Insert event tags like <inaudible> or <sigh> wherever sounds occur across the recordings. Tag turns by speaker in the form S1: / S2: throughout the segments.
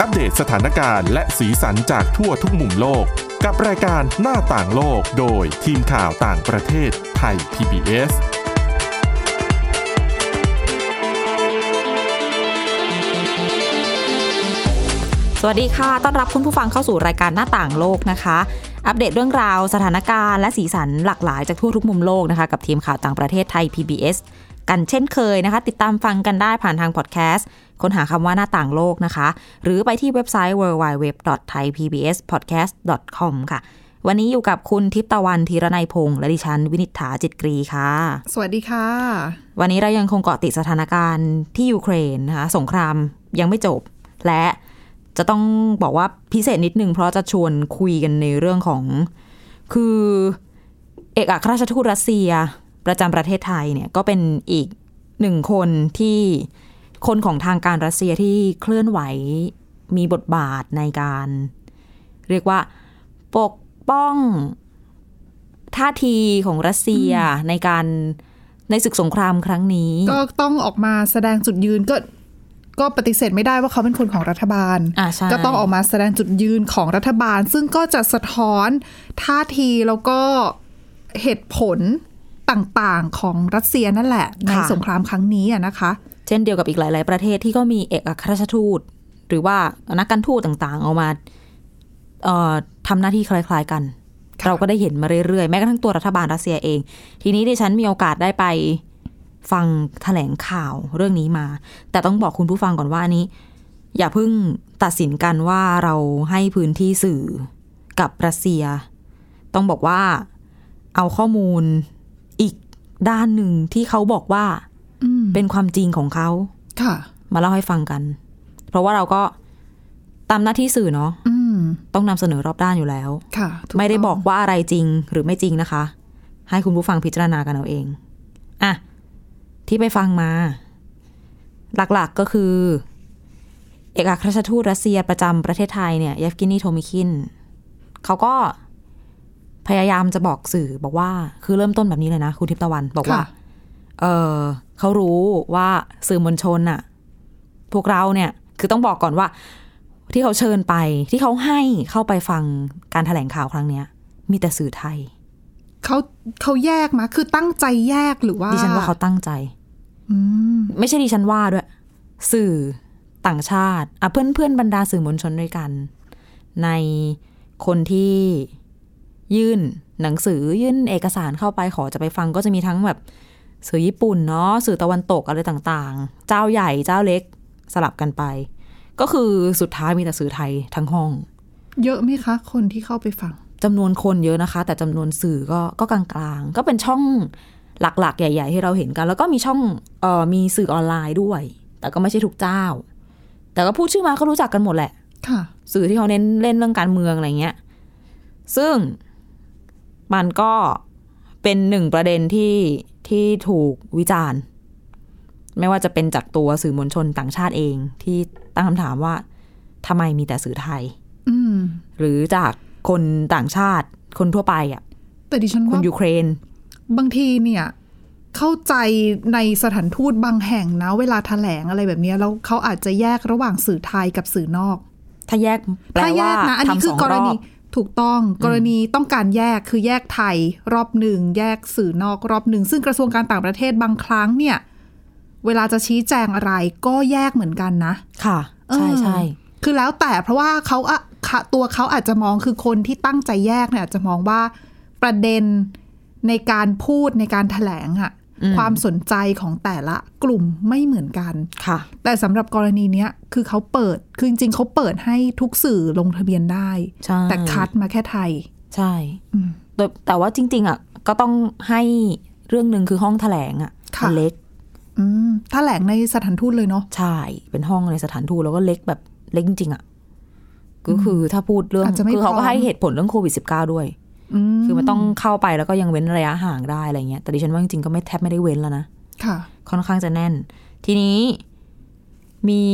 S1: อัปเดตสถานการณ์และสีสันจากทั่วทุกมุมโลก กับรายการหน้าต่างโลกโดยทีมข่าวต่างประเทศไทย PBS
S2: สวัสดีค่ะ ต้อนรับคุณผู้ฟังเข้าสู่รายการหน้าต่างโลกนะคะ อัปเดตเรื่องราวสถานการณ์และสีสันหลากหลายจากทั่วทุกมุมโลกนะคะ กับทีมข่าวต่างประเทศไทย PBS กันเช่นเคยนะคะ ติดตามฟังกันได้ผ่านทางพอดแคสต์ค้นหาคำว่าหน้าต่างโลกนะคะ หรือไปที่เว็บไซต์ www.thaipbspodcast.com ค่ะ วันนี้อยู่กับคุณทิพย์ตะวันธีรนัยพงษ์และดิฉันวินิษฐาจิตกรีค่ะ
S3: สวัสดีค่ะ
S2: วันนี้เรายังคงเกาะติดสถานการณ์ที่ยูเครนนะคะสงครามยังไม่จบ และจะต้องบอกว่าพิเศษนิดนึงเพราะจะชวนคุยกันในเรื่องของ คือเอกอัครราชทูตรัสเซียประจำประเทศไทยเนี่ยก็เป็นอีกหนึ่งคนที่คนของทางการรัสเซียที่เคลื่อนไหวมีบทบาทในการ เรียกว่าปกป้องท่าทีของรัสเซียในการในศึกสงครามครั้งนี้
S3: ก็ต้องออกมาแสดงจุดยืนก็ก็ปฏิเสธไม่ได้ว่าเขาเป็นคนของรัฐบาล
S2: อ่าใช่
S3: ก็ต้องออกมาแสดงจุดยืนของรัฐบาล ซึ่งก็จะสะท้อนท่าทีแล้วก็เหตุผลต่างๆของรัสเซียนั่นแหละ ในสงครามครั้งนี้อะนะคะ
S2: เช่นเดียวกับอีกหลาย ๆ ประเทศที่ก็มีเอกอัครราชทูต หรือว่านักการทูตต่างๆ เอามาเอ่อทำหน้าที่คล้าย ๆ กัน
S3: ค่ะ
S2: เราก็ได้เห็นมาเรื่อย ๆ แม้กระทั่งตัวรัฐบาลรัสเซียเอง ทีนี้ดิฉันมีโอกาสได้ไปฟังแถลงข่าวเรื่องนี้มา แต่ต้องบอกคุณผู้ฟังก่อนว่าอันนี้ อย่าเพิ่งตัดสินกันว่าเราให้พื้นที่สื่อกับรัสเซีย ต้องบอกว่าเอาข้อมูลอีกด้านหนึ่งที่เขาบอกว่าเป็นความจริงของเขา
S3: ค่ะ
S2: มาเล่าให้ฟังกัน เพราะว่าเราก็ตามหน้าที่สื่อเนาะ
S3: อืม
S2: ต้องนำเสนอรอบด้านอยู่แล้ว
S3: ค่ะถู
S2: ไม่ได้บอก
S3: ต้ง
S2: ว่าอะไรจริงหรือไม่จริงนะคะ ให้คุณผู้ฟังพิจารณากันเอาเองอ่ะที่ไปฟังมา หลักๆก็คือ เอกอัครราชทูตรัสเซียประจำประเทศไทยเนี่ยเยฟกินีโทมิคินเขาก็พยายามจะบอกสื่อบอกว่า คือเริ่มต้นแบบนี้เลยนะ คุณทิพย์ตะวันบอกว่า
S3: ค่ะ
S2: เออเขารู้ว่าสื่อมวลชนน่ะ พวกเราเนี่ย คือต้องบอกก่อนว่า ที่เขาเชิญไป ที่เขาให้เข้าไปฟังการแถลงข่าวครั้งเนี้ย มีแต่สื่อไทย
S3: เขาเขาแยกมาคือตั้งใจแยกหรือว่า
S2: ดิฉันว่าเขาตั้งใจ
S3: อืม
S2: ไม่ใช่ดิฉันว่าด้วย สื่อต่างชาติอ่ะเพื่อนเพื่อนๆบรรดาสื่อมวลชนด้วยกัน ในคนที่ยื่นหนังสือยื่นเอกสารเข้าไปขอจะไปฟังก็จะมีทั้งแบบสื่อญี่ปุ่นเนาะสื่อตะวันตกอะไรต่างๆ เจ้าใหญ่เจ้าเล็กสลับกันไป ก็คือสุดท้ายมีแต่สื่อไทยทั้งห้อง
S3: เยอะไหมคะ คนที่เข้าไปฟัง
S2: จำนวนคนเยอะนะคะ แต่จำนวนสื่อก็ก็กลางๆ ก็เป็นช่องหลักๆ ใหญ่ ๆ ที่เราเห็นกัน แล้วก็มีช่องเอ่อมีสื่อออนไลน์ด้วย แต่ก็ไม่ใช่ทุกเจ้า แต่ก็พูดชื่อมาก็รู้จักกันหมดแหละ
S3: ค่ะ
S2: สื่อที่เขาเน้นเล่นเรื่องการเมืองอะไรเงี้ย ซึ่งมันก็เป็นหนึ่งประเด็นที่ที่ถูกวิจารณ์ ไม่ว่าจะเป็นจากตัวสื่อมวลชนต่างชาติเองที่ตั้งคำถามว่าทำไมมีแต่สื่อไทย
S3: อืม
S2: หรือจากคนต่างชาติคนทั่วไปอ่ะ
S3: แต่ดิฉัน
S2: คน
S3: ว่า
S2: ยูเครน
S3: บางทีเนี่ย เข้าใจในสถานทูตบางแห่งนะ เวลาแถลงอะไรแบบเนี้ยแล้วเขาอาจจะแยกระหว่างสื่อไทยกับสื่อนอก
S2: ถ้าแยกแปล
S3: ถ้าแย
S2: ว่าก
S3: นะอันนี้
S2: ทำ
S3: คื
S2: ส
S3: อ
S2: อง
S3: ก
S2: ร
S3: ร
S2: อ
S3: ณี
S2: บ
S3: ถูกต้องกรณีต้องการแยกคือแยกไทยรอบหนึ่งแยกสื่อนอกรอบหนึ่งซึ่งกระทรวงการต่างประเทศบางครั้งเนี่ย เวลาจะชี้แจงอะไรก็แยกเหมือนกันนะ
S2: ค่ะ ใช่
S3: เออ
S2: ใช่
S3: คือแล้วแต่เพราะว่าเขาอะค่ะตัวเขาอาจจะมองคือคนที่ตั้งใจแยกเนี่ยอาจจะมองว่าประเด็นในการพูดในการถแถลงอะความสนใจของแต่ละกลุ่มไม่เหมือนกัน
S2: ค่ะ
S3: แต่สำหรับกรณีเนี้ยคือเขาเปิดคือจริงๆเขาเปิดให้ทุกสื่อลงทะเบียนได้
S2: ใช่
S3: แต่คัดมาแค่ไทย
S2: ใช่
S3: อืม
S2: โดยแต่ว่าจริง ๆอ่ะก็ต้องให้เรื่องหนึ่งคือห้องแถลงอ่ะ
S3: ค่ะ
S2: มันเล็ก
S3: อืมถแถลงในสถานทูตเลยเนาะ
S2: ใช่เป็นห้องในสถานทูตแล้วก็เล็กแบบเล็กจริงๆอ่ะก็คือถ้าพูดเรื่อง
S3: าจจะไม่
S2: คืเขา
S3: พร้
S2: ก็
S3: อม
S2: ให้เหตุผลเรื่องโควิด -19 ด้วย
S3: อืม
S2: คือมันต้องเข้าไปแล้วก็ยังเว้นระยะห่างได้อะไรเงี้ยแต่ดิฉันว่าจริงๆก็ไม่แทบไม่ได้เว้นแล้วนะ
S3: ค่ะ
S2: ค่อนข้างจะแน่น ทีนี้มี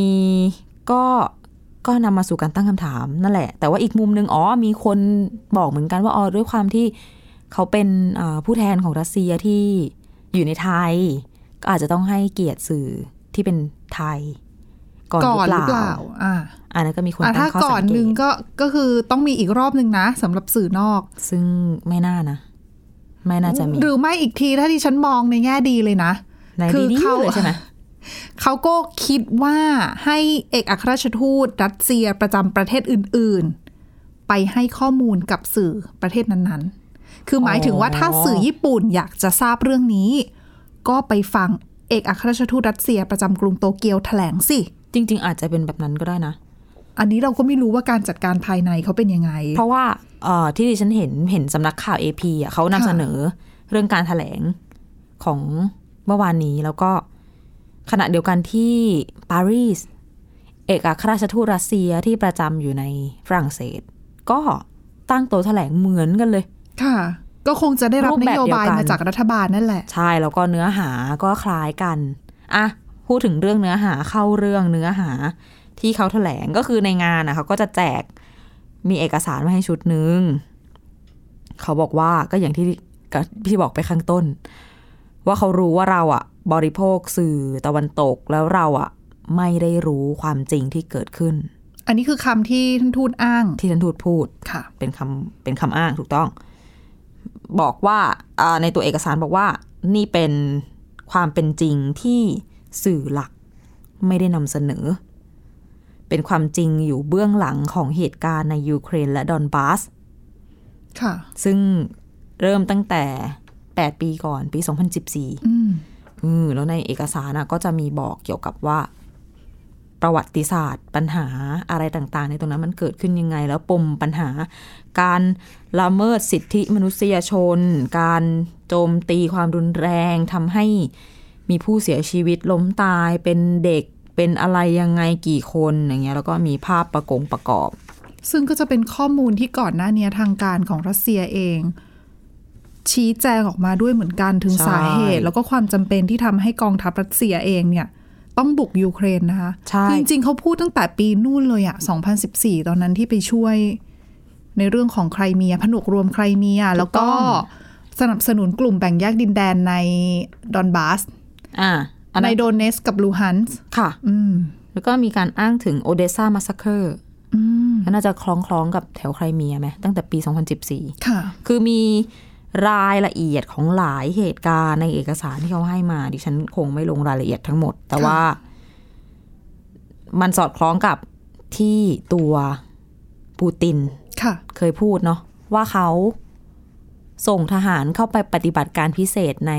S2: ก็ก็นำมาสู่การตั้งคำถามนั่นแหละ แต่ว่าอีกมุมหนึ่งอ๋อมีคนบอกเหมือนกันว่าอ๋อด้วยความที่เขาเป็นอ่าผู้แทนของรัสเซียที่อยู่ในไทย ก็อาจจะต้องให้เกียรติสื่อที่เป็นไทย ก่อน
S3: ก่อ
S2: ห
S3: นห
S2: รื
S3: รื
S2: อ
S3: อเป
S2: เปล่า
S3: ล่า อ่า
S2: อันนั้นก็มีคน
S3: อ่ะ
S2: ตั้
S3: ถ้าง
S2: ข้อ
S3: ก่อ
S2: สั
S3: น
S2: งเก
S3: หนึ่ง
S2: ต
S3: ก็ก็คือต้องมีอีกรอบหนึ่งนะสำหรับสื่อนอก
S2: ซึ่งไม่น่านะ ไม่น่าจะมี
S3: หรือไม่อีกทีถ้าที่ฉันมองในแง่ดีเลยนะ
S2: ใน
S3: คือ
S2: ดีๆ
S3: เขา
S2: เลยใช่ไหม
S3: เขาก็คิดว่าให้เอกอัครราชทูตรัสเซียประจำประเทศอื่นๆ ไปให้ข้อมูลกับสื่อประเทศนั้นๆ คือหมายถึงว่าถ้าสื่อญี่ปุ่นอยากจะทราบเรื่องนี้ ก็ไปฟังเอกอัครราชทูตรัสเซียประจำกรุงโตเกียวแถลงสิ
S2: จริง ๆ อาจจะเป็นแบบนั้นก็ได้นะ
S3: อันนี้เราก็ไม่รู้ว่าการจัดการภายในเขาเป็นยังไง
S2: เพราะว่าเอ่อที่ดิฉันเห็นเห็นสำนักข่าว AP อ่ะเขานำ
S3: ค่ะ
S2: เสนอเรื่องการถแถลงของเมื่อวานนี้แล้วก็ขณะเดียวกันที่ปารีสเอกอัครราชทูตรัสเซียที่ประจำอยู่ในฝรั่งเศส ก็ตั้งโต๊ะแถลงเหมือนกันเลย
S3: ค่ะ ก็คงจะได้รับ
S2: รูป
S3: น
S2: แบบ
S3: โยบาย
S2: เดียวกัน
S3: มาจากรัฐบาลนั่นแหละ
S2: ใช่แล้วก็เนื้อหาก็คล้ายกันอ่ะพูดถึงเรื่องเนื้อหาเข้าเรื่องเนื้อหาที่เขาแถลงก็คือในงานนะเขาก็จะแจกมีเอกสารมาให้ชุดหนึ่งเขาบอกว่าก็อย่างที่ก็ที่บอกไปข้างต้น ว่าเขารู้ว่าเราอะบริโภคสื่อตะวันตกแล้วเราอะไม่ได้รู้ความจริงที่เกิดขึ้น
S3: อันนี้คือคำที่ท่านทูตอ้าง
S2: ที่ท่านทูตพูด
S3: ค่ะ
S2: เป็นคำเป็นคำอ้างถูกต้อง บอกว่าอ่าในตัวเอกสารบอกว่า นี่เป็นความเป็นจริงที่สื่อหลักไม่ได้นำเสนอ เป็นความจริงอยู่เบื้องหลังของเหตุการณ์ในยูเครนและดอนบาส
S3: ค่ะ
S2: ซึ่งเริ่มตั้งแต่ 8 ปีก่อนปี 2014
S3: อืม
S2: อืมแล้วในเอกสารนะก็จะมีบอกเกี่ยวกับว่า ประวัติศาสตร์ ปัญหาอะไรต่างๆ ในตรงนั้นมันเกิดขึ้นยังไง แล้วปมปัญหา การละเมิดสิทธิมนุษยชน การโจมตีความรุนแรงทำให้มีผู้เสียชีวิตล้มตายเป็นเด็กเป็นอะไรยังไงกี่คนอย่างเงี้ยแล้วก็มีภาพประกงประกอบ
S3: ซึ่งก็จะเป็นข้อมูลที่ก่อนหน้าเนี้ยทางการของรัสเซียเอง ชี้แจงออกมาด้วยเหมือนกันถึง
S2: ใช่
S3: สาเหตุ แล้วก็ความจำเป็นที่ทำให้กองทัพรัสเซียเองเนี่ย ต้องบุกยูเครนนะคะ
S2: ใช่
S3: คือจริงๆเขาพูดตั้งแต่ปีนู่นเลยอะ2014 ตอนนั้นที่ไปช่วย ในเรื่องของใครเมีย ผนวกรวมใครเมีย แล้วก็สนับสนุนกลุ่มแบ่งแยกดินแดนในดอนบาส
S2: อ่าอัน
S3: ใน
S2: นั้น
S3: โดเนสกับลูฮันส์
S2: ค่ะ
S3: อืม
S2: แล้วก็มีการอ้างถึงโอเดซ่ามาสเคอร์
S3: อืม
S2: น่าจะคล้องๆกับแถวไครเมียไหมตั้งแต่ปี 2014
S3: ค่ะ
S2: คือมีรายละเอียดของหลายเหตุการณ์ในเอกสารที่เขาให้มา ดิฉันคงไม่ลงรายละเอียดทั้งหมด แต่
S3: ค่ะ
S2: ว่ามันสอดคล้องกับที่ตัวปูติน
S3: ค่ะ
S2: เคยพูดเนาะว่าเขาส่งทหารเข้าไปปฏิบัติการพิเศษใน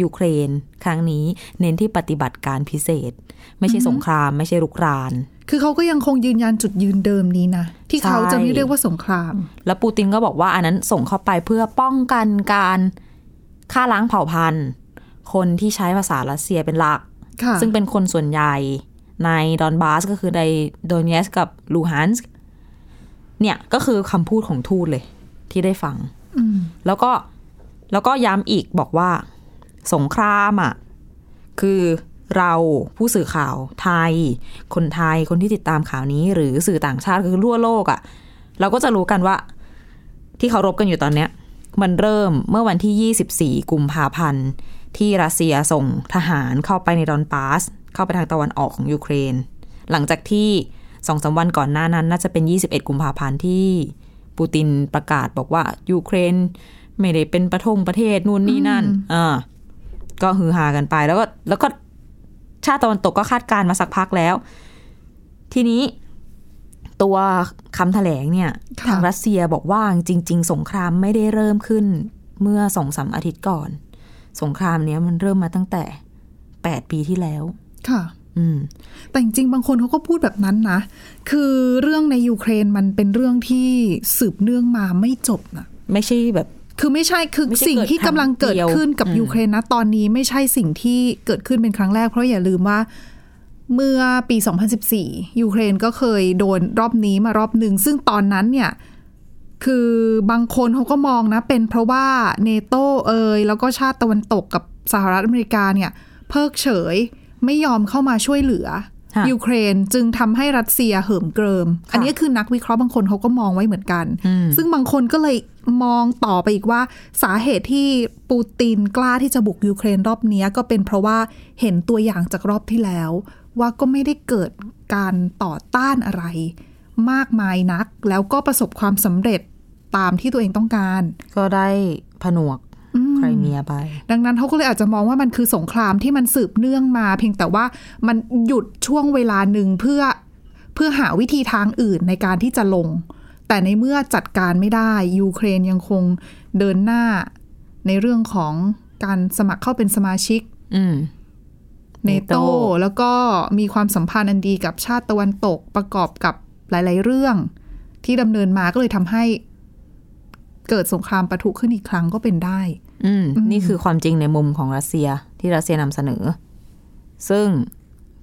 S2: ยูเครน ครั้งนี้ เน้นที่ปฏิบัติการพิเศษ ไม่ใช่สงคราม ไม่ใช่รุกราน
S3: คือเขาก็ยังคงยืนยันจุดยืนเดิมนี้นะ ที่
S2: ใช่
S3: เขาจะไม่เรียกว่าสงคราม
S2: แล้วปูตินก็บอกว่าอันนั้นส่งเข้าไปเพื่อป้องกันการฆ่าล้างเผ่าพันธุ์ คนที่ใช้ภาษารัสเซียเป็นหลัก
S3: ค่ะ
S2: ซึ่งเป็นคนส่วนใหญ่ในดอนบาสก็คือในโดเนสกับลูฮันสก์เนี่ยก็คือคำพูดของทูตเลยที่ได้ฟัง
S3: อืม
S2: แล้วก็แล้วก็ย้ำอีกบอกว่า สงครามอ่ะคือเราผู้สื่อข่าวไทย คนไทยคนที่ติดตามข่าวนี้ หรือสื่อต่างชาติคือรั่วโลกอ่ะ เราก็จะรู้กันว่า ที่เขารบกันอยู่ตอนเนี้ย มันเริ่มเมื่อวันที่ 24 กุมภาพันธ์ ที่รัสเซียส่งทหารเข้าไปในดอนปาส เข้าไปทางตะวันออกของยูเครน หลังจากที่สองสามวันก่อนหน้านั้น น่าจะเป็น 21 กุมภาพันธ์ที่ปูตินประกาศบอกว่ายูเครน ไม่ได้เป็นประทงประเทศนู่นนี่นั่นอ่าก็ฮือฮากันไปแล้วก็แล้วก็ชาติตะวันตกก็คาดการณ์มาสักพักแล้ว ทีนี้ตัวคำแถลงเนี่ย
S3: ค่ะ
S2: ทางรัสเซียบอกว่าจริง ๆ สงครามไม่ได้เริ่มขึ้นเมื่อสองสามอาทิตย์ก่อน สงครามเนี้ยมันเริ่มมาตั้งแต่แปดปีที่แล้ว
S3: ค่ะ
S2: อืม
S3: แต่จริงๆ บางคนเขาก็พูดแบบนั้นนะ คือเรื่องในยูเครนมันเป็นเรื่องที่สืบเนื่องมาไม่จบนะ
S2: ไม่ใช่แบบ
S3: คือไม่ใช่ คือ
S2: ไม่ใช่
S3: สิ่งที่กำลังเกิดขึ้นกับ
S2: เกิดครั้งเดียว
S3: ยูเครนนะตอนนี้ไม่ใช่สิ่งที่เกิดขึ้นเป็นครั้งแรก เพราะอย่าลืมว่าเมื่อปี 2014 ยูเครนก็เคยโดนรอบนี้มารอบหนึ่ง ซึ่งตอนนั้นเนี่ย คือบางคนเขาก็มองนะเป็นเพราะว่าเนโตเอยแล้วก็ชาติตะวันตกกับสหรัฐอเมริกาเนี่ย เพิกเฉยไม่ยอมเข้ามาช่วยเหลือ
S2: ฮะ
S3: ยูเครนจึงทำให้รัสเซียเหิมเกริม อันนี้คือนักวิเคราะห์บางคนเขาก็มองไว้เหมือนกัน
S2: อืม
S3: ซึ่งบางคนก็เลยมองต่อไปอีกว่า สาเหตุที่ปูตินกล้าที่จะบุกยูเครนรอบเนี้ยก็เป็นเพราะว่าเห็นตัวอย่างจากรอบที่แล้ว ว่าก็ไม่ได้เกิดการต่อต้านอะไร มากมายนัก แล้วก็ประสบความสำเร็จตามที่ตัวเองต้องการ
S2: ก็ได้ผนวก
S3: อืม
S2: ไครเมียไป
S3: ดังนั้นเขาก็เลยอาจจะมองว่ามันคือสงครามที่มันสืบเนื่องมา เพียงแต่ว่ามันหยุดช่วงเวลาหนึ่งเพื่อเพื่อหาวิธีทางอื่นในการที่จะลง แต่ในเมื่อจัดการไม่ได้ ยูเครนยังคงเดินหน้าในเรื่องของการสมัครเข้าเป็นสมาชิก
S2: อืม
S3: เน
S2: NATO
S3: โตแล้วก็มีความสัมพันธ์อันดีกับชาติตะวันตกประกอบกับหลาย ๆ เรื่อง ที่ดำเนินมาก็เลยทำให้เกิดสงครามปะทุขึ้นอีกครั้งก็เป็นได้
S2: อืม
S3: อืม
S2: นี่คือความจริงในมุมของรัสเซียที่รัสเซียนำเสนอ ซึ่ง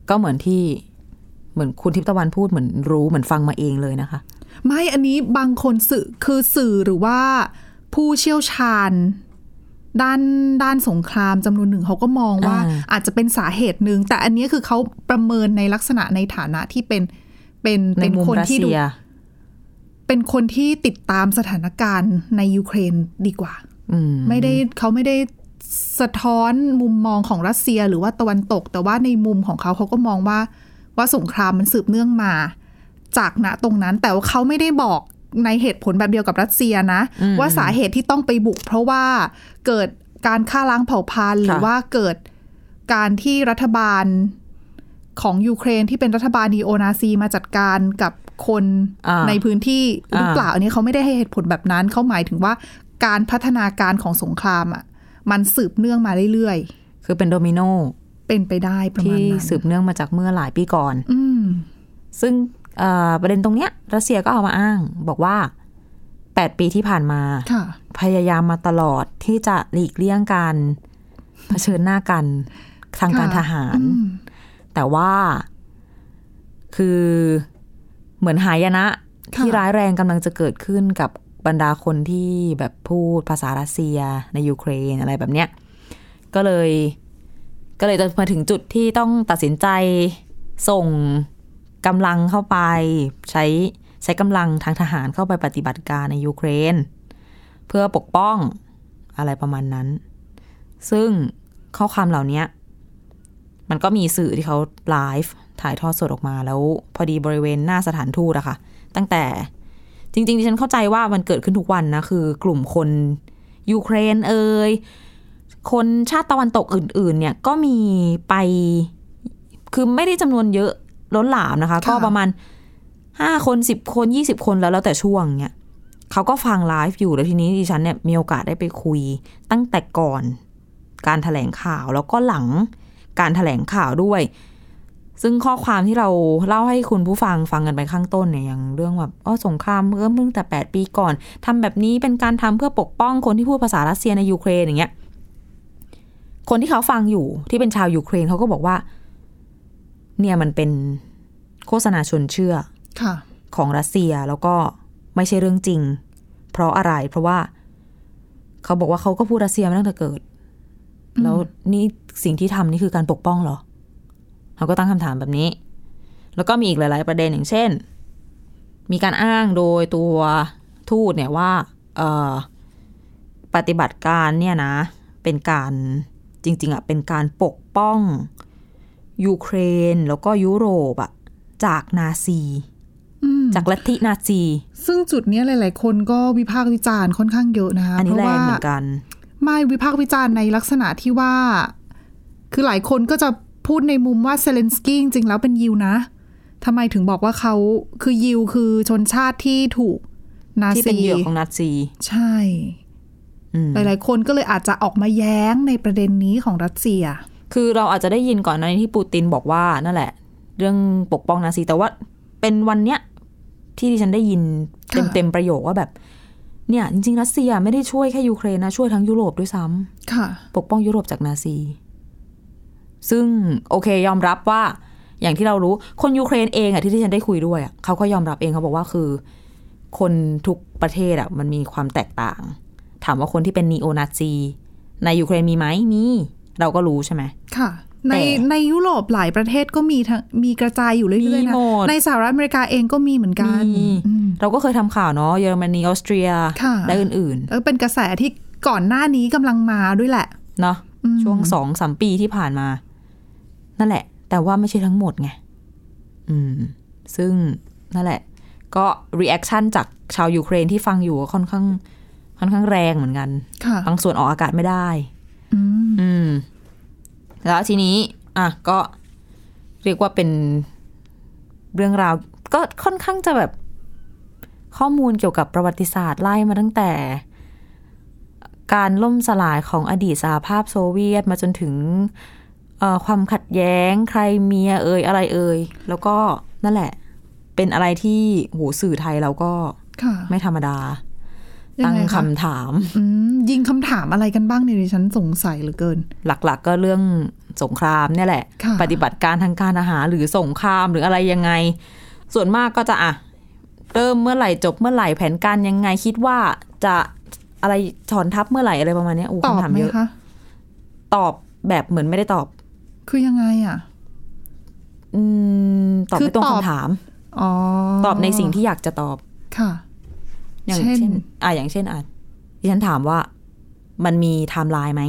S2: ก็เหมือนที่เหมือนคุณทิพย์ตะวันพูดเหมือนรู้เหมือนฟังมาเองเลยนะคะ
S3: ไม่อันนี้บางคนสื่อคือสื่อหรือว่าผู้เชี่ยวชาญ ด้านด้านสงครามจำนวนหนึ่งเขาก็มองว่า
S2: อ่า
S3: อาจจะเป็นสาเหตุหนึ่งแต่อันนี้คือเขาประเมินในลักษณะในฐานะที่เป็นเป็น
S2: ใน
S3: เป็น
S2: มุม
S3: คน
S2: รัส
S3: ที่ดู
S2: เซีย
S3: เป็นคนที่ติดตามสถานการณ์ในยูเครนดีกว่า
S2: อืม
S3: ไม่ได้เขาไม่ได้สะท้อนมุมมองของรัสเซียหรือว่าตะวันตก แต่ว่าในมุมของเขาเขาก็มองว่าว่าสงครามมันสืบเนื่องมา จากณตรงนั้น แต่ว่าเขาไม่ได้บอกในเหตุผลแบบเดียวกับรัสเซียนะ
S2: อืม
S3: ว่าสาเหตุที่ต้องไปบุก เพราะว่าเกิดการฆ่าล้างเผ่าพันธุ์หรือ
S2: ค่ะ
S3: ว่าเกิดการที่รัฐบาลของยูเครนที่เป็นรัฐบาลนีโอนาซีมาจัดการกับคน
S2: อ่า
S3: ในพื้นที่หรืออา เปล่าอันนี้เขาไม่ได้ให้เหตุผลแบบนั้นเขาหมายถึงว่าการพัฒนาการของสงครามอ่ะมันสืบเนื่องมาเรื่อย
S2: คือเป็นโดมิโน
S3: ๆ เป็นไปได้ประมาณ
S2: ที่
S3: นั้น
S2: สืบเนื่องมาจากเมื่อหลายปีก่อน
S3: อืม
S2: ซึ่งเอ่อประเด็นตรงเนี้ย รัสเซียก็เอามาอ้าง บอกว่า 8 ปีที่ผ่านมา
S3: ค่ะ
S2: พยายามมาตลอดที่จะหลีกเลี่ยงการเผชิญหน้ากันทางการ
S3: ค่ะ
S2: ทหาร
S3: อืม
S2: แต่ว่าคือเหมือนหายนะ ที่ร้ายแรงกำลังจะเกิดขึ้นกับบรรดาคนที่แบบพูดภาษารัสเซียในยูเครนอะไรแบบเนี้ยก็เลย ก็เลยจะมาถึงจุดที่ต้องตัดสินใจส่งกำลังเข้าไป ใช้ใช้กำลังทางทหารเข้าไปปฏิบัติการในยูเครน เพื่อปกป้องอะไรประมาณนั้น ซึ่งข้อความเหล่านี้ มันก็มีสื่อที่เขาไลฟ์ถ่ายทอดสดออกมาแล้วพอดีบริเวณหน้าสถานทูตอะค่ะ ตั้งแต่จริงๆดิฉันเข้าใจว่ามันเกิดขึ้นทุกวันนะ คือกลุ่มคนยูเครนเอ่ยคนชาติตะวันตกอื่น ๆ เนี่ยก็มีไป คือไม่ได้จำนวนเยอะล้นหลามนะคะ ก็ประมาณห้าคนสิบคนยี่สิบคนแล้วแล้วแต่ช่วงเนี่ยเขาก็ฟังไลฟ์อยู่แล้วทีนี้ดิฉันเนี่ยมีโอกาสได้ไปคุย ตั้งแต่ก่อนการแถลงข่าวแล้วก็หลัง การแถลงข่าวด้วย ซึ่งข้อความที่เราเล่าให้คุณผู้ฟังฟังกันไปข้างต้นเนี่ยอย่างเรื่องแบบอ๋อสงครามเริ่มตั้งแต่ 8 ปีก่อนทำแบบนี้เป็นการทำเพื่อปกป้องคนที่พูดภาษารัสเซียในยูเครนอย่างเงี้ย คนที่เขาฟังอยู่ที่เป็นชาวยูเครนเขาก็บอกว่า เนี่ยมันเป็นโฆษณาชวนเชื่อ
S3: ค่ะ
S2: ของรัสเซียแล้วก็ไม่ใช่เรื่องจริง เพราะอะไร เพราะว่า เขาบอกว่าเขาก็พูดรัสเซียมาตั้งแต่เกิด
S3: อืม
S2: แล้วนี่สิ่งที่ทำนี่คือการปกป้องเหรอเขาก็ตั้งคำถามแบบนี้ แล้วก็มีอีกหลาย ๆ ประเด็นอย่างเช่น มีการอ้างโดยตัวทูตเนี่ยว่าเอ่อปฏิบัติการเนี่ยนะ เป็นการจริง ๆอ่ะเป็นการปกป้องยูเครน แล้วก็ยุโรปอ่ะจากนาซี
S3: อืม
S2: จากลัทธินาซี
S3: ซึ่งจุดเนี้ยหลาย ๆ คนก็วิพากษ์วิจารณ์ค่อนข้างเยอะนะคะ
S2: อันนี้
S3: เพ
S2: แร
S3: ราะ
S2: ง
S3: ว่า
S2: เหมือนกัน
S3: ไม่วิพากษ์วิจารณ์ในลักษณะที่ว่า คือหลายคนก็จะพูดในมุมว่าเซเลนสกี้จริงๆแล้วเป็นยิวนะทำไมถึงบอกว่าเขาคือยิวคือชนชาติที่ถูกนา
S2: ที่เป็น
S3: ซี
S2: เหยื่อของนาซี
S3: ใช่
S2: อืม
S3: หลายๆ คนก็เลยอาจจะออกมาแย้งในประเด็นนี้ของรัสเซีย
S2: คือเราอาจจะได้ยินก่อนหนานี้ที่ปูตินบอกว่านั่นแหละ เรื่องปกป้องนาซี แต่ว่าเป็นวันเนี้ยที่ดิฉันได้ยิน
S3: ค่ะ
S2: เต็มๆประโยคว่าแบบ เนี่ย จริงๆรัสเซียไม่ได้ช่วยแค่ยูเครนนะช่วยทั้งยุโรปด้วยซ้ำ
S3: ค่ะ
S2: ปกป้องยุโรปจากนาซี ซึ่งโอเคยอมรับว่า อย่างที่เรารู้คนยูเครนเองอะที่ที่ฉันได้คุยด้วยอะเขาก็ยอมรับเองเขาบอกว่าคือ คนทุกประเทศอะมันมีความแตกต่าง ถามว่าคนที่เป็นนีโอนาซี ในยูเครนมีไหมมีเราก็รู้ใช่ไหม
S3: ค่ะ ใน
S2: แต่
S3: ในยุโรปหลายประเทศก็มีทั้งมีกระจายอยู่เรื่อยๆ
S2: มี
S3: นะ
S2: หมด
S3: ในสหรัฐอเมริกาเองก็มีเหมือนกัน
S2: มี
S3: อืม
S2: เราก็เคยทำข่าวเนาะเยอรมนีออสเตรีย
S3: ค่ะ
S2: และอื่น
S3: แล้วเป็นกระแสที่ก่อนหน้านี้กำลังมาด้วยแหละ
S2: ๆ เนาะ
S3: อืม
S2: ช่วงสองสามปีที่ผ่านมา นั่นแหละ แต่ว่าไม่ใช่ทั้งหมดไง อืม ซึ่งนั่นแหละ ก็รีแอคชั่นจากชาวยูเครนที่ฟังอยู่ก็ค่อนข้าง ค่อนข้างแรงเหมือนกัน
S3: ค่ะ
S2: บางส่วนออกอากาศไม่ได้
S3: อืม
S2: อืม แล้วทีนี้ อ่ะ ก็เรียกว่าเป็นเรื่องราว ก็ค่อนข้างจะแบบ ข้อมูลเกี่ยวกับประวัติศาสตร์ไล่มาตั้งแต่ การล่มสลายของอดีตสหภาพโซเวียตมาจนถึงเอ่อความขัดแย้งใครเมียเอ่ยอะไรเอ่ยแล้วก็นั่นแหละ เป็นอะไรที่โหสื่อไทยเราก็
S3: ค่ะ
S2: ไม่ธรรมดา
S3: ยั
S2: ตั้ง
S3: ไะ
S2: คำถาม
S3: อืมยิงคำถามอะไรกันบ้างเนี่ยดิฉันสงสัยเหลือเกิน
S2: หลักๆก็เรื่องสงครามเนี่ยแหละ
S3: ค่ะ
S2: ปฏิบัติการทางการอาหารหรือสงครามหรืออะไรยังไง ส่วนมากก็จะอ่ะเริ่มเมื่อไหร่จบเมื่อไหร่แผนการยังไงคิดว่าจะอะไรถอนทัพเมื่อไหร่อะไรประมาณเนี้ยอู้
S3: ตอบ
S2: คำถาม
S3: ไหม
S2: เยอะ
S3: คะ
S2: ตอบแบบเหมือนไม่ได้ตอบ
S3: คือยังไงอ่ะ
S2: อืมตอบ
S3: คือ
S2: ไม่ตรง
S3: ตอบ
S2: คำถาม
S3: อ๋อ
S2: ตอบในสิ่งที่อยากจะตอบ
S3: ค่ะ
S2: อย่าง
S3: เช่น
S2: เช่น อ่ะอย่างเช่นอ่ะดิฉันถามว่ามันมีไทม์ไลน์ไหม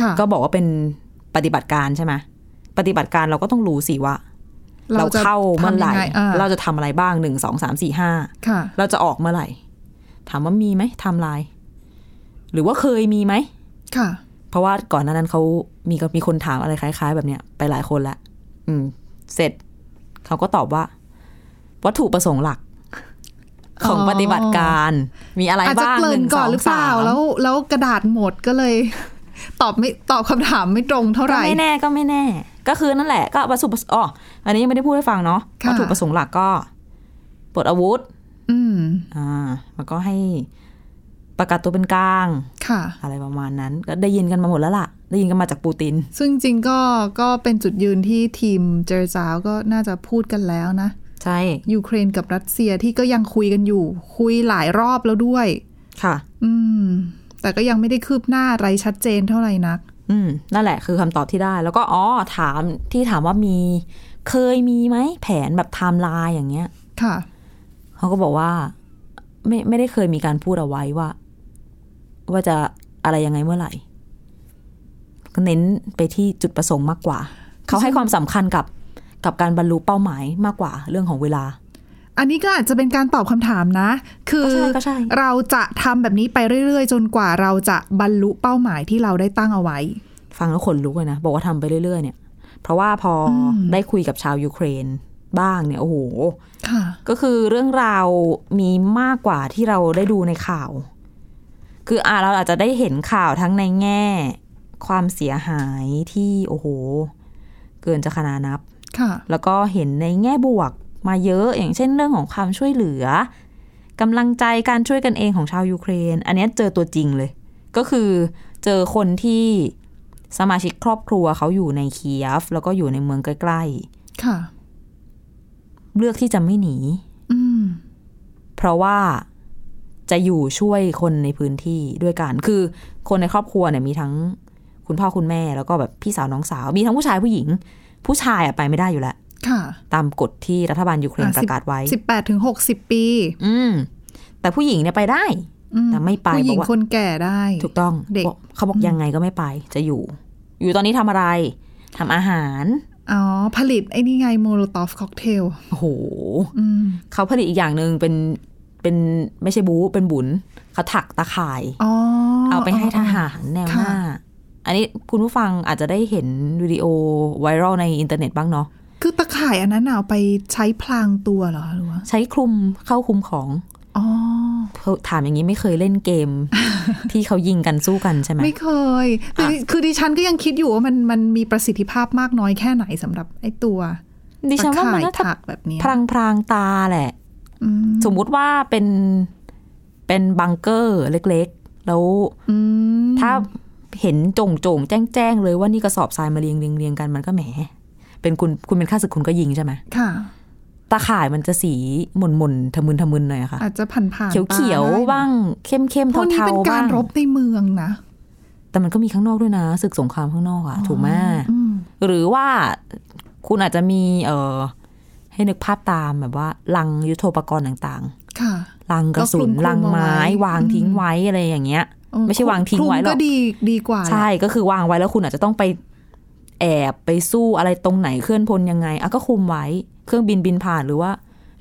S3: ค่ะ
S2: ก็บอกว่าเป็นปฏิบัติการใช่ไหมปฏิบัติการเราก็ต้องรู้สิว่า เรา
S3: จะ
S2: เข้าเมื่อไหร่
S3: ทำยังงอ่
S2: เราจะทำอะไรบ้างหนึ่งสองสามสี่ห้า
S3: ค่ะ
S2: เราจะออกเมื่อไหร่ ถามว่ามีไหมไทม์ไลน์หรือว่าเคยมีไหม
S3: ค่ะ
S2: เพราะว่าก่อนหน้านั้นเขามีก็มีคนถามอะไรคล้าย ๆ แบบเนี้ยไปหลายคนละอืม เสร็จเขาก็ตอบว่า วัตถุประสงค์หลัก ของ
S3: อ๋อ
S2: ปฏิบัติการ มีอะไร
S3: อาจจะ
S2: บ้าง
S3: เกริ่นก่อนหรือเปล่า
S2: 1-2-3
S3: แล้วแล้วกระดาษหมดก็เลย <laughs> ตอบไม่ตอบคำถามไม่ตรงเท่าไห
S2: ก็
S3: ร่
S2: ไม่แน่ก็ไม่แน่ ก็คือนั่นแหละก็วัตถุประสงค์อ๋ออันนี้ยังไม่ได้พูดให้ฟังเนาะ
S3: ค่ะ
S2: วัตถุประสงค์หลักก็ปลดอาวุธ
S3: อืม
S2: อ่ามันก็ให้ประกาศตัวเป็นกลาง
S3: ค่ะ
S2: อะไรประมาณนั้น ก็ได้ยินกันมาหมดแล้วล่ะ ได้ยินกันมาจากปูติน
S3: ซึ่งจริงๆก็ก็เป็นจุดยืนที่ทีมเจรจาก็น่าจะพูดกันแล้วนะ
S2: ใช่
S3: ยูเครนกับรัสเซียที่ก็ยังคุยกันอยู่ คุยหลายรอบแล้วด้วย
S2: ค่ะ
S3: อืม แต่ก็ยังไม่ได้คืบหน้าอะไรชัดเจนเท่าไหร่นัก
S2: อืมนั่นแหละคือคำตอบที่ได้ แล้วก็อ๋อถามที่ถามว่ามีเคยมีไหมแผนแบบไทม์ไลน์อย่างเงี้ย
S3: ค่ะ
S2: เขาก็บอกว่า ไม่ไม่ได้เคยมีการพูดเอาไว้ว่า ว่าจะอะไรยังไงเมื่อไหร่ ก็เน้นไปที่จุดประสงค์มากกว่า เขาให้ความสำคัญกับกับการบรรลุเป้าหมายมากกว่า เรื่องของเวลา
S3: อันนี้ก็อาจจะเป็นการตอบคำถามนะ คือ
S2: ก็ใช่ก็ใช่
S3: เราจะทำแบบนี้ไปเรื่อยๆ จนกว่าเราจะบรรลุเป้าหมายที่เราได้ตั้งเอาไว้
S2: ฟังแล้วขนลุกเลยนะ บอกว่าทำไปเรื่อย ๆ เนี่ย เพราะว่าพออ
S3: ม
S2: ได้คุยกับชาวยูเครนบ้างเนี่ย โอ้โห
S3: ค่ะ
S2: ก็คือเรื่องราวมีมากกว่าที่เราได้ดูในข่าว คืออ่าเราอาจจะได้เห็นข่าวทั้งในแง่ ความเสียหายที่โอ้โห เกินจะขนานับ
S3: ค่ะ
S2: แล้วก็เห็นในแง่บวกมาเยอะอย่างเช่นเรื่องของความช่วยเหลือกำลังใจการช่วยกันเองของชาวยูเครน อันเนี้ยเจอตัวจริงเลย ก็คือเจอคนที่สมาชิกครอบครัวเขาอยู่ในเคียฟ แล้วก็อยู่ในเมืองใกล้
S3: ค่ะ
S2: ๆ เลือกที่จะไม่หนี
S3: อืม
S2: เพราะว่าจะอยู่ช่วยคนในพื้นที่ด้วยกัน คือคนในครอบครัวเนี่ยมีทั้งคุณพ่อคุณแม่แล้วก็แบบพี่สาวน้องสาว มีทั้งผู้ชายผู้หญิง ผู้ชายอะไปไม่ได้อยู่แล้ว
S3: ค่ะ
S2: ตามกฎที่รัฐบาลยูเครน
S3: อ่
S2: ประกาศไว้
S3: สิบแปดถึงหกสิบปี
S2: อืม แต่ผู้หญิงเนี่ยไปได้
S3: อื
S2: แต่ไม่ไป
S3: ผู้หญิง
S2: บอกว่า
S3: คนแก่ได้
S2: ถูกต้อง
S3: เด็ก
S2: บอกเขาบอกยังไงก็ไม่ไป จะอยู่ อยู่ตอนนี้ทำอะไรทำอาหาร
S3: อ๋อ ผลิตไอ้นี่ไงโมโลตอฟค็อกเทล
S2: โอ้โห
S3: อืม
S2: เขาผลิตอีกอย่างหนึ่งเป็นเป็นไม่ใช่บู๊เป็นบุญเขาถักตะข่าย
S3: อ๋อ
S2: เอาไปให้ทหารแนวหน้า
S3: ค่ะ
S2: อันนี้คุณผู้ฟังอาจจะได้เห็นวิดีโอไวรัลในอินเทอร์เน็ตบ้าง
S3: <laughs>
S2: เนาะ
S3: คือตะข่ายอันนั้นน่ะเอาไปใช้พลางตัวเหรอหรือว่า
S2: ใช้คลุมเข้าคลุมของ
S3: อ๋อ
S2: ถามอย่างนี้ไม่เคยเล่นเกม ที่เขายิงกันสู้กันใช่ไหม
S3: ไม่เคยคือ
S2: อ่ะ
S3: ดิคือดิฉันก็ยังคิดอยู่ว่ามันมันมีประสิทธิภาพมากน้อยแค่ไหนสำหรับไอ้ตัว
S2: ดิฉันว่ามัน
S3: ตะ
S2: น่าจะ
S3: ข่ยถักแบบเนี้ย
S2: พรางพรางๆตาแหละ
S3: อืม
S2: สมมุติว่าเป็นเป็นบังเกอร์เล็กๆ แล้ว
S3: อืม
S2: ถ้าเห็นโจงๆ แจ้งๆ เลยว่านี่กระสอบทรายมาเรียงเรียงเรียงกันมันก็แหม เป็นคุณคุณเป็นข้าศึกคุณก็ยิงใช่ไหม
S3: ค่ะ
S2: ตาข่ายมันจะสีหม่นๆทะมึนทะมึนๆหน่อยอะค่ะ
S3: อาจจะผ่านผ่าน
S2: เขียวๆบ้างเข้มๆ
S3: พวกนี้
S2: เทา
S3: เป็น
S2: ๆ
S3: กา
S2: บ้า
S3: รงรบในเมืองนะ
S2: แต่มันก็มีข้างนอกด้วยนะศึกสงครามข้างนอกอะถูกไหม
S3: อืม
S2: หรือว่าคุณอาจจะมีเออให้นึกภาพตามแบบว่าลังยุทโธปกรณ์ต่าง
S3: ค่ะ
S2: ๆลังกระสุน
S3: ก็คลุมๆ
S2: ลังไม้
S3: เอาไว้
S2: วางทิ้งไว้อะไรอย่างเงี้ย
S3: เออ
S2: ไม่ใช่วางทิ้ง
S3: คลุม
S2: ไว้หรอก
S3: ก็ดีดีกว่าแหละ
S2: ใช่ก็คือวางไว้แล้วคุณอาจจะต้องไป แอบไปสู้อะไรตรงไหนเคลื่อนพลยังไงอ่ะก็คุมไว้ เครื่องบินบินผ่านหรือว่า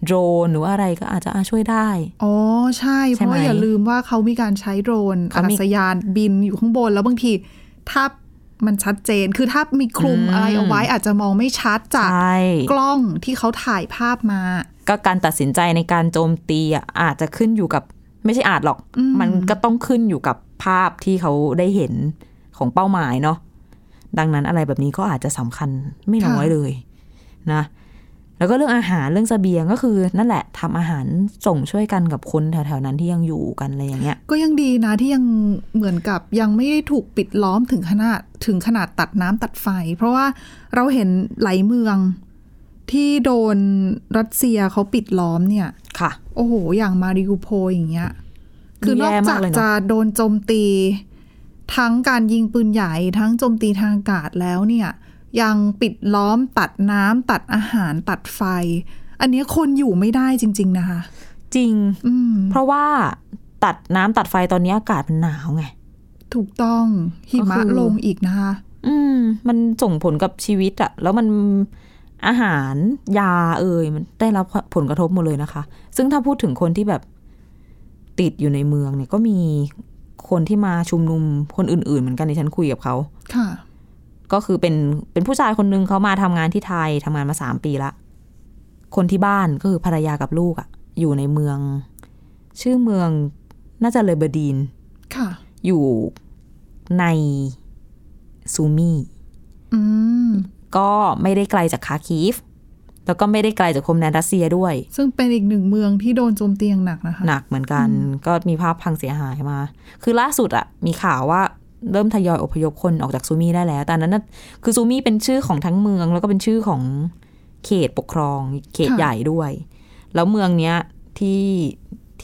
S2: โดรนหรือว่าอะไรก็อาจจะอ่ะช่วยได้
S3: อ๋อใช่ เพ
S2: ใช่ไหม
S3: ราะว่าอย่าลืมว่าเขามีการใช้โดรนอา
S2: เขามี
S3: กาศยานบินอยู่ข้างบน แล้วบางทีถ้ามันชัดเจน คือถ้ามีคลุม
S2: อืม
S3: อะไรเอาไว้อาจจะมองไม่ชัดจาก
S2: ใช่
S3: กล้องที่เขาถ่ายภาพมา
S2: ก็การตัดสินใจในการโจมตีอ่ะอาจจะขึ้นอยู่กับไม่ใช่อาจหรอก
S3: อืม
S2: มันก็ต้องขึ้นอยู่กับภาพที่เขาได้เห็นของเป้าหมายเนาะดังนั้นอะไรแบบนี้ก็อาจจะสำคัญไม่น้อยเลยนะแล้วก็เรื่องอาหารเรื่องเสบียงก็คือนั่นแหละทำอาหารส่งช่วยกันกับคนแถวๆนั้นที่ยังอยู่กันอะไรอย่างเงี้ย
S3: ก็ยังดีนะที่ยังเหมือนกับยังไม่ได้ถูกปิดล้อมถึงขนาดถึงขนาดตัดน้ำตัดไฟ เพราะว่าเราเห็นหลายเมืองที่โดนรัสเซียเขาปิดล้อมเนี่ย
S2: ค่ะ
S3: โอ้โห อย่างมาริอูโพลอย่างเงี้ย คือนอกจาม
S2: แย่าก กเลยเนอะ
S3: จะโดนโจมตี ทั้งการยิงปืนใหญ่ทั้งโจมตีทางอากาศแล้วเนี่ย ยังปิดล้อมตัดน้ำตัดอาหารตัดไฟ อันเนี้ยคนอยู่ไม่ได้จริง ๆ นะคะ
S2: จริง
S3: อืม
S2: เพราะว่าตัดน้ำตัดไฟตอนนี้อากาศมันหนาวไง
S3: ถูกต้องหิมะ
S2: ก็คือ
S3: ลงอีกนะคะ
S2: อืม มันส่งผลกับชีวิตอะแล้วมันอาหารยาเอ่ยมันได้รับผลกระทบหมดเลยนะคะ ซึ่งถ้าพูดถึงคนที่แบบติดอยู่ในเมืองเนี่ย ก็มีคนที่มาชุมนุมคนอื่น ๆ เหมือนกันในฉันคุยกับเขา
S3: ค่ะ
S2: ก็คือเป็นเป็นผู้ชายคนนึงเขามาทำงานที่ไทยทำงานมาสามปีละ คนที่บ้านก็คือภรรยากับลูกอะอยู่ในเมือง ชื่อเมืองน่าจะเลเบอร์ดีน
S3: ค่ะ
S2: อยู่ในซูมี
S3: อืม
S2: ก็ไม่ได้ไกลจากคาคีฟ แล้วก็ไม่ได้ไกลจากพรมแดนรัสเซียด้วย
S3: ซึ่งเป็นอีกหนึ่งเมืองที่โดนโจมตีอย่างหนักนะคะ
S2: หนักเหมือนกันก็มีภาพพังเสียหายมา คือล่าสุดอะมีข่าวว่าเริ่มทยอยอพยพคนออกจากซูมีได้แล้วแต่อันนั้นน่ะคือซูมีเป็นชื่อของทั้งเมือง แล้วก็เป็นชื่อของเขตปกครอง เขต
S3: ค่ะ
S2: ใหญ่ด้วย แล้วเมืองเนี้ยที่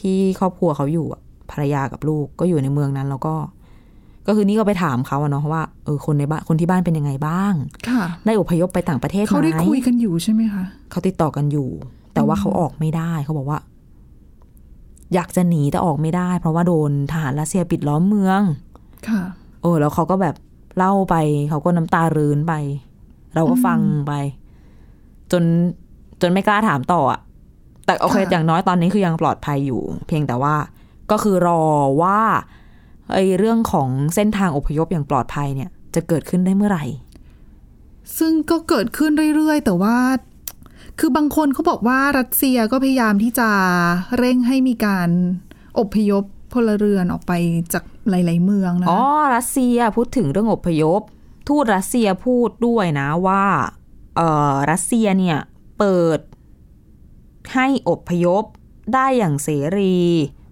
S2: ที่ครอบครัวเขาอยู่อะภรรยากับลูกก็อยู่ในเมืองนั้น แล้วก็ ก็คือนี่ก็ไปถามเขาอะเนาะว่าเออคนในบ้านคนที่บ้านเป็นยังไงบ้าง
S3: ค่ะ
S2: ได้อพยพไปต่างประเทศหม
S3: เขาได้คุยกันอยู่ใช่ไหมคะ
S2: เขาติดต่อกันอยู่ แต่ว่าเขาออกไม่ได้เขาบอกว่า อยากจะหนีแต่ออกไม่ได้ เพราะว่าโดนทหารรัสเซียปิดล้อมเมือง
S3: ค่ะ
S2: เออ แล้วเขาก็แบบเล่าไป เขาก็น้ำตารื้นไป เราก็ฟังไป จนจนไม่กล้าถามต่ออะแต่โอเค
S3: ค่ะ
S2: อย่างน้อยตอนนี้คือยังปลอดภัยอยู่ เพียงแต่ว่า ก็คือรอว่าไอ้เรื่องของเส้นทางอพยพอย่างปลอดภัยเนี่ย จะเกิดขึ้นได้เมื่อไหร่
S3: ซึ่งก็เกิดขึ้นเรื่อย ๆ แต่ว่า คือบางคนเขาบอกว่ารัสเซียก็พยายามที่จะเร่งให้มีการอพยพพลเรือนออกไปจากหลาย ๆ เมืองนะ
S2: อ๋อ
S3: คะ
S2: รัสเซียพูดถึงเรื่องอพยพ ทูตรัสเซียพูดด้วยนะว่าเออรัสเซียเนี่ยเปิดให้อพยพได้อย่างเสรี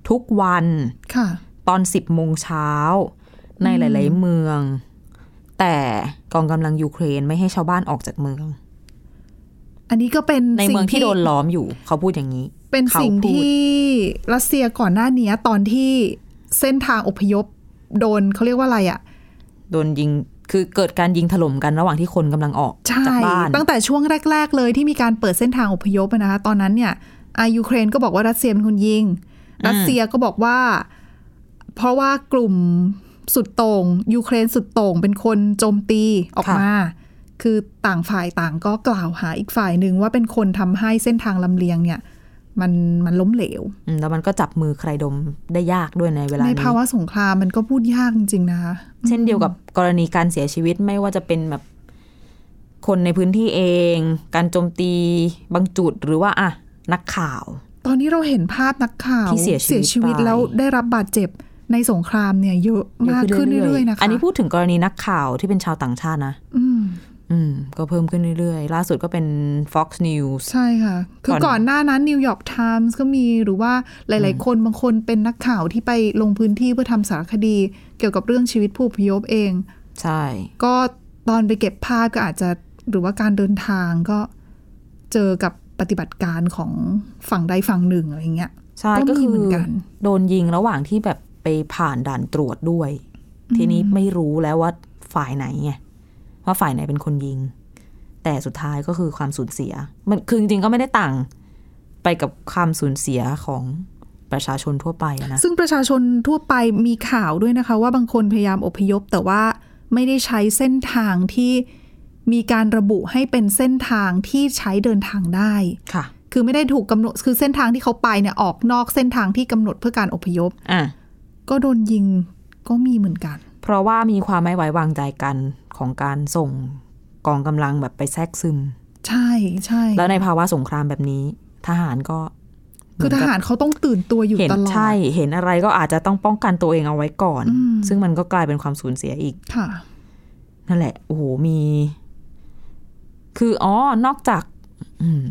S2: ทุกวัน
S3: ค่ะ
S2: ตอน 10โมงเช้า ในหลาย ๆ เมือง แต่กองกำลังยูเครนไม่ให้ชาวบ้านออกจากเมือง
S3: อันนี้ก็เป็น
S2: ในเมือง
S3: สิ่
S2: ที่โดนล้อมอยู่เขาพูดอย่างนี้
S3: เป็น
S2: เขา
S3: สิ่ง
S2: พูด
S3: ที่รัสเซียก่อนหน้านี้ตอนที่เส้นทางอพยพโดนเขาเรียกว่าอะไรอะ
S2: โดนยิงคือเกิดการยิงถล่มกันระหว่างที่คนกำลังออก
S3: ใช่
S2: จากบ้าน
S3: ตั้งแต่ช่วงแรก ๆ เลยที่มีการเปิดเส้นทางอพยพอะนะคะตอนนั้นเนี่ยอายูเครนก็บอกว่ารัสเซียเป็นคนยิง รัสเซียก็บอกว่า เพราะว่ากลุ่มสุดโต่งยูเครนสุดโต่งเป็นคนโจมตีออก
S2: ค่ะ
S3: มา คือต่างฝ่ายต่างก็กล่าวหาอีกฝ่ายหนึ่งว่าเป็นคนทำให้เส้นทางลำเลียงเนี่ย มันมันล้มเหลว
S2: อืมแล้วมันก็จับมือใครดมได้ยากด้วยในเวลา
S3: ใน
S2: นี้
S3: ภาวะสงครามมันก็พูดยากจริง ๆ นะคะ
S2: เช่นเดียวกับกรณีการเสียชีวิตไม่ว่าจะเป็นแบบคนในพื้นที่เอง การโจมตีบางจุดหรือว่าอะนักข่าว
S3: ตอนนี้เราเห็นภาพนักข่าว
S2: ที่เสียชีวิตไป
S3: แล้วได้รับบาดเจ็บในสงครามเนี่ยเยอะมากขึ้นเรื่อยๆนะคะ
S2: อันนี้พูดถึงกรณีนักข่าวที่เป็นชาวต่างชาตินะ
S3: อืม
S2: อืม ก็เพิ่มขึ้นเรื่อยๆ ล่าสุดก็เป็น Fox News
S3: ใช่ค่ะ คือ
S2: ก่อน
S3: ก่อนหน้านั้นนิวยอร์กไทมส์ก็มีหรือว่าหลาย ๆ คนบางคนเป็นนักข่าวที่ไปลงพื้นที่เพื่อทำสารคดี เกี่ยวกับเรื่องชีวิตผู้อพยพเอง
S2: ใช่
S3: ก็ตอนไปเก็บภาพก็อาจจะหรือว่าการเดินทางก็เจอกับปฏิบัติการของฝั่งใดฝั่งหนึ่งอะไรเงี้ย
S2: ใช่
S3: ก็
S2: ก็
S3: มี
S2: คือ
S3: เหมือนกัน
S2: โดนยิงระหว่างที่แบบไปผ่านด่านตรวจด้วย ทีนี้ไม่รู้แล้วว่าฝ่ายไหนไงว่าฝ่ายไหนเป็นคนยิง แต่สุดท้ายก็คือความสูญเสีย มันคือจริงๆก็ไม่ได้ต่าง ไปกับความสูญเสียของประชาชนทั่วไปอะนะ
S3: ซึ่งประชาชนทั่วไปมีข่าวด้วยนะคะ ว่าบางคนพยายามอพยพแต่ว่าไม่ได้ใช้เส้นทางที่ มีการระบุให้เป็นเส้นทางที่ใช้เดินทางได้
S2: ค่ะ
S3: คือไม่ได้ถูกกำหนดคือเส้นทางที่เขาไปเนี่ยออกนอกเส้นทางที่กำหนดเพื่อการอพยพ
S2: อ่ะ
S3: ก็โดนยิงก็มีเหมือนกัน
S2: เพราะว่ามีความไม่ไว้วางใจกันของการส่งกองกำลังแบบไปแทรกซึม
S3: ใช่ใช่
S2: แล้วในภาวะสงครามแบบนี้ ทหารก็
S3: คือทหารเขาต้องตื่นตัวอยู่
S2: เห็น
S3: ตลอด
S2: ใช่ เห็นอะไรก็อาจจะต้องป้องกันตัวเองเอาไว้ก่อน
S3: อืม
S2: ซึ่งมันก็กลายเป็นความสูญเสียอีก
S3: ค่ะ
S2: นั่นแหละ โอ้โห มี คืออ๋อนอกจาก อืม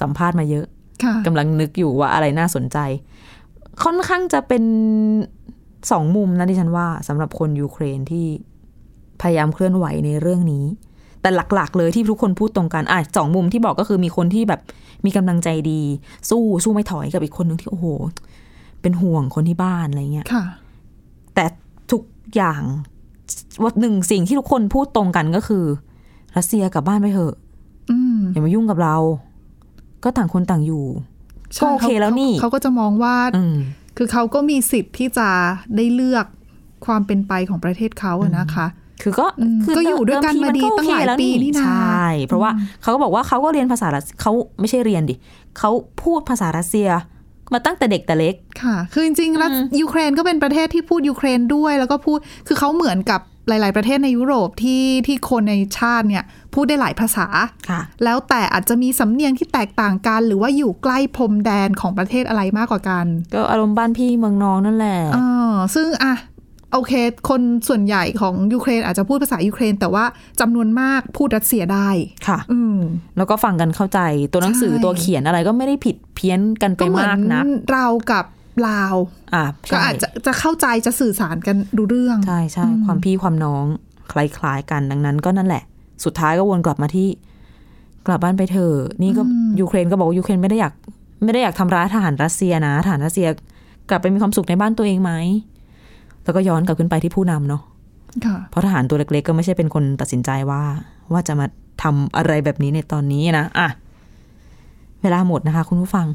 S2: สัมภาษณ์มาเยอะ
S3: ค่ะ
S2: กำลังนึกอยู่ว่าอะไรน่าสนใจ ค่อนข้างจะเป็นสองมุมนะดิฉันว่าสำหรับคนยูเครนที่พยายามเคลื่อนไหวในเรื่องนี้ แต่หลักๆ เลยที่ทุกคนพูดตรงกันอ่ะสองมุมที่บอกก็คือมีคนที่แบบมีกำลังใจดี สู้สู้ไม่ถอยกับอีกคนนึงที่โอ้โห เป็นห่วงคนที่บ้านอะไรเงี้ย
S3: ค่ะ
S2: แต่ทุกอย่างว่าหนึ่งสิ่งที่ทุกคนพูดตรงกันก็คือ รัสเซียกลับบ้านไปเถอะ
S3: อืม
S2: อย่ามายุ่งกับเรา ก็ต่างคนต่างอยู่
S3: ใช่
S2: ก็โอเค
S3: ขา
S2: แล้วนี่
S3: ขาเขาก็จะมองว่า
S2: อืม
S3: คือเขาก็มีสิทธิ์ที่จะได้เลือกความเป็นไปของประเทศเขาอะนะคะ
S2: คือก็
S3: อืม
S2: คื
S3: ก็อยู่ด้วยกัน
S2: เ
S3: มาดี
S2: โอ
S3: ตั้ง
S2: เค
S3: หลาย
S2: แว
S3: ปีนี่นา
S2: ใช่ เพราะว่าเขาก็บอกว่าเขาก็เรียนภาษารัสเขาไม่ใช่เรียนดิเขาพูดภาษารัสเซีย มาตั้งแต่เด็กแต่เล็ก
S3: ค่ะ คือจริงๆแล้วยูเครนก็เป็นประเทศที่พูดยูเครนด้วย แล้วก็พูด คือเขาเหมือนกับหลาย ๆ ประเทศในยุโรปที่ที่คนในชาติเนี่ยพูดได้หลายภาษา
S2: ค่ะ
S3: แล้วแต่อาจจะมีสำเนียงที่แตกต่างกัน หรือว่าอยู่ใกล้พรมแดนของประเทศอะไรมากกว่ากัน
S2: ก็อารมณ์บ้านพี่เมืองน้องนั่นแหละ
S3: เออซึ่งอะโอเค คนส่วนใหญ่ของยูเครนอาจจะพูดภาษายูเครน แต่ว่าจำนวนมากพูดรัสเซียได้
S2: ค่ะ
S3: อืม
S2: แล้วก็ฟังกันเข้าใจตัวหนังสือ
S3: ใช่
S2: ตัวเขียนอะไรก็ไม่ได้ผิดเพี้ยนกันไป
S3: ก็เหมือ
S2: มาก
S3: น
S2: นะ
S3: เรากับลาว
S2: อ่ะ
S3: ก็
S2: ใช่
S3: อาจจะจะเข้าใจจะสื่อสารกันดูเรื่อง
S2: ใช่ใช่
S3: อืม
S2: ความพี่ความน้องคล้ายๆกันดังนั้นก็นั่นแหละ สุดท้ายก็วนกลับมาที่ กลับบ้านไปเถอะนี่ก็ยูเครนก็บอกว่ายูเครนไม่ได้อยาก ไม่ได้อยากทำร้ายทหารรัสเซียนะทหารรัสเซียกลับไปมีความสุขในบ้านตัวเองไหม แล้วก็ย้อนกลับขึ้นไปที่ผู้นำเนาะ
S3: ค่ะ
S2: เพราะทหารตัวเล็กๆ ก็ไม่ใช่เป็นคนตัดสินใจว่า ว่าจะมาทำอะไรแบบนี้ในตอนนี้นะอ่ะเวลาหมดนะคะ คุณผู้ฟัง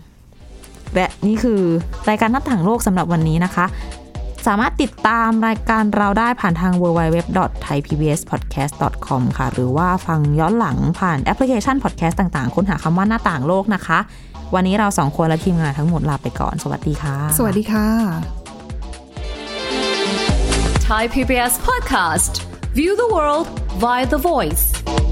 S2: และนี่คือรายการหนัดถังโลกสำหรับวันนี้นะคะ สามารถติดตามรายการเราได้ผ่านทาง www.thaipbspodcast.com ค่ะ หรือว่าฟังย้อนหลังผ่านแอปพลิเคชัน podcast ต่างๆ ค้นหาคำว่าหน้าต่างโลกนะคะ วันนี้เราสองคนและทีมงานทั้งหมดลาไปก่อน สวัสดีค่ะ
S3: สวัสดีค่ะ
S4: Thai PBS podcast. View the world via the voice.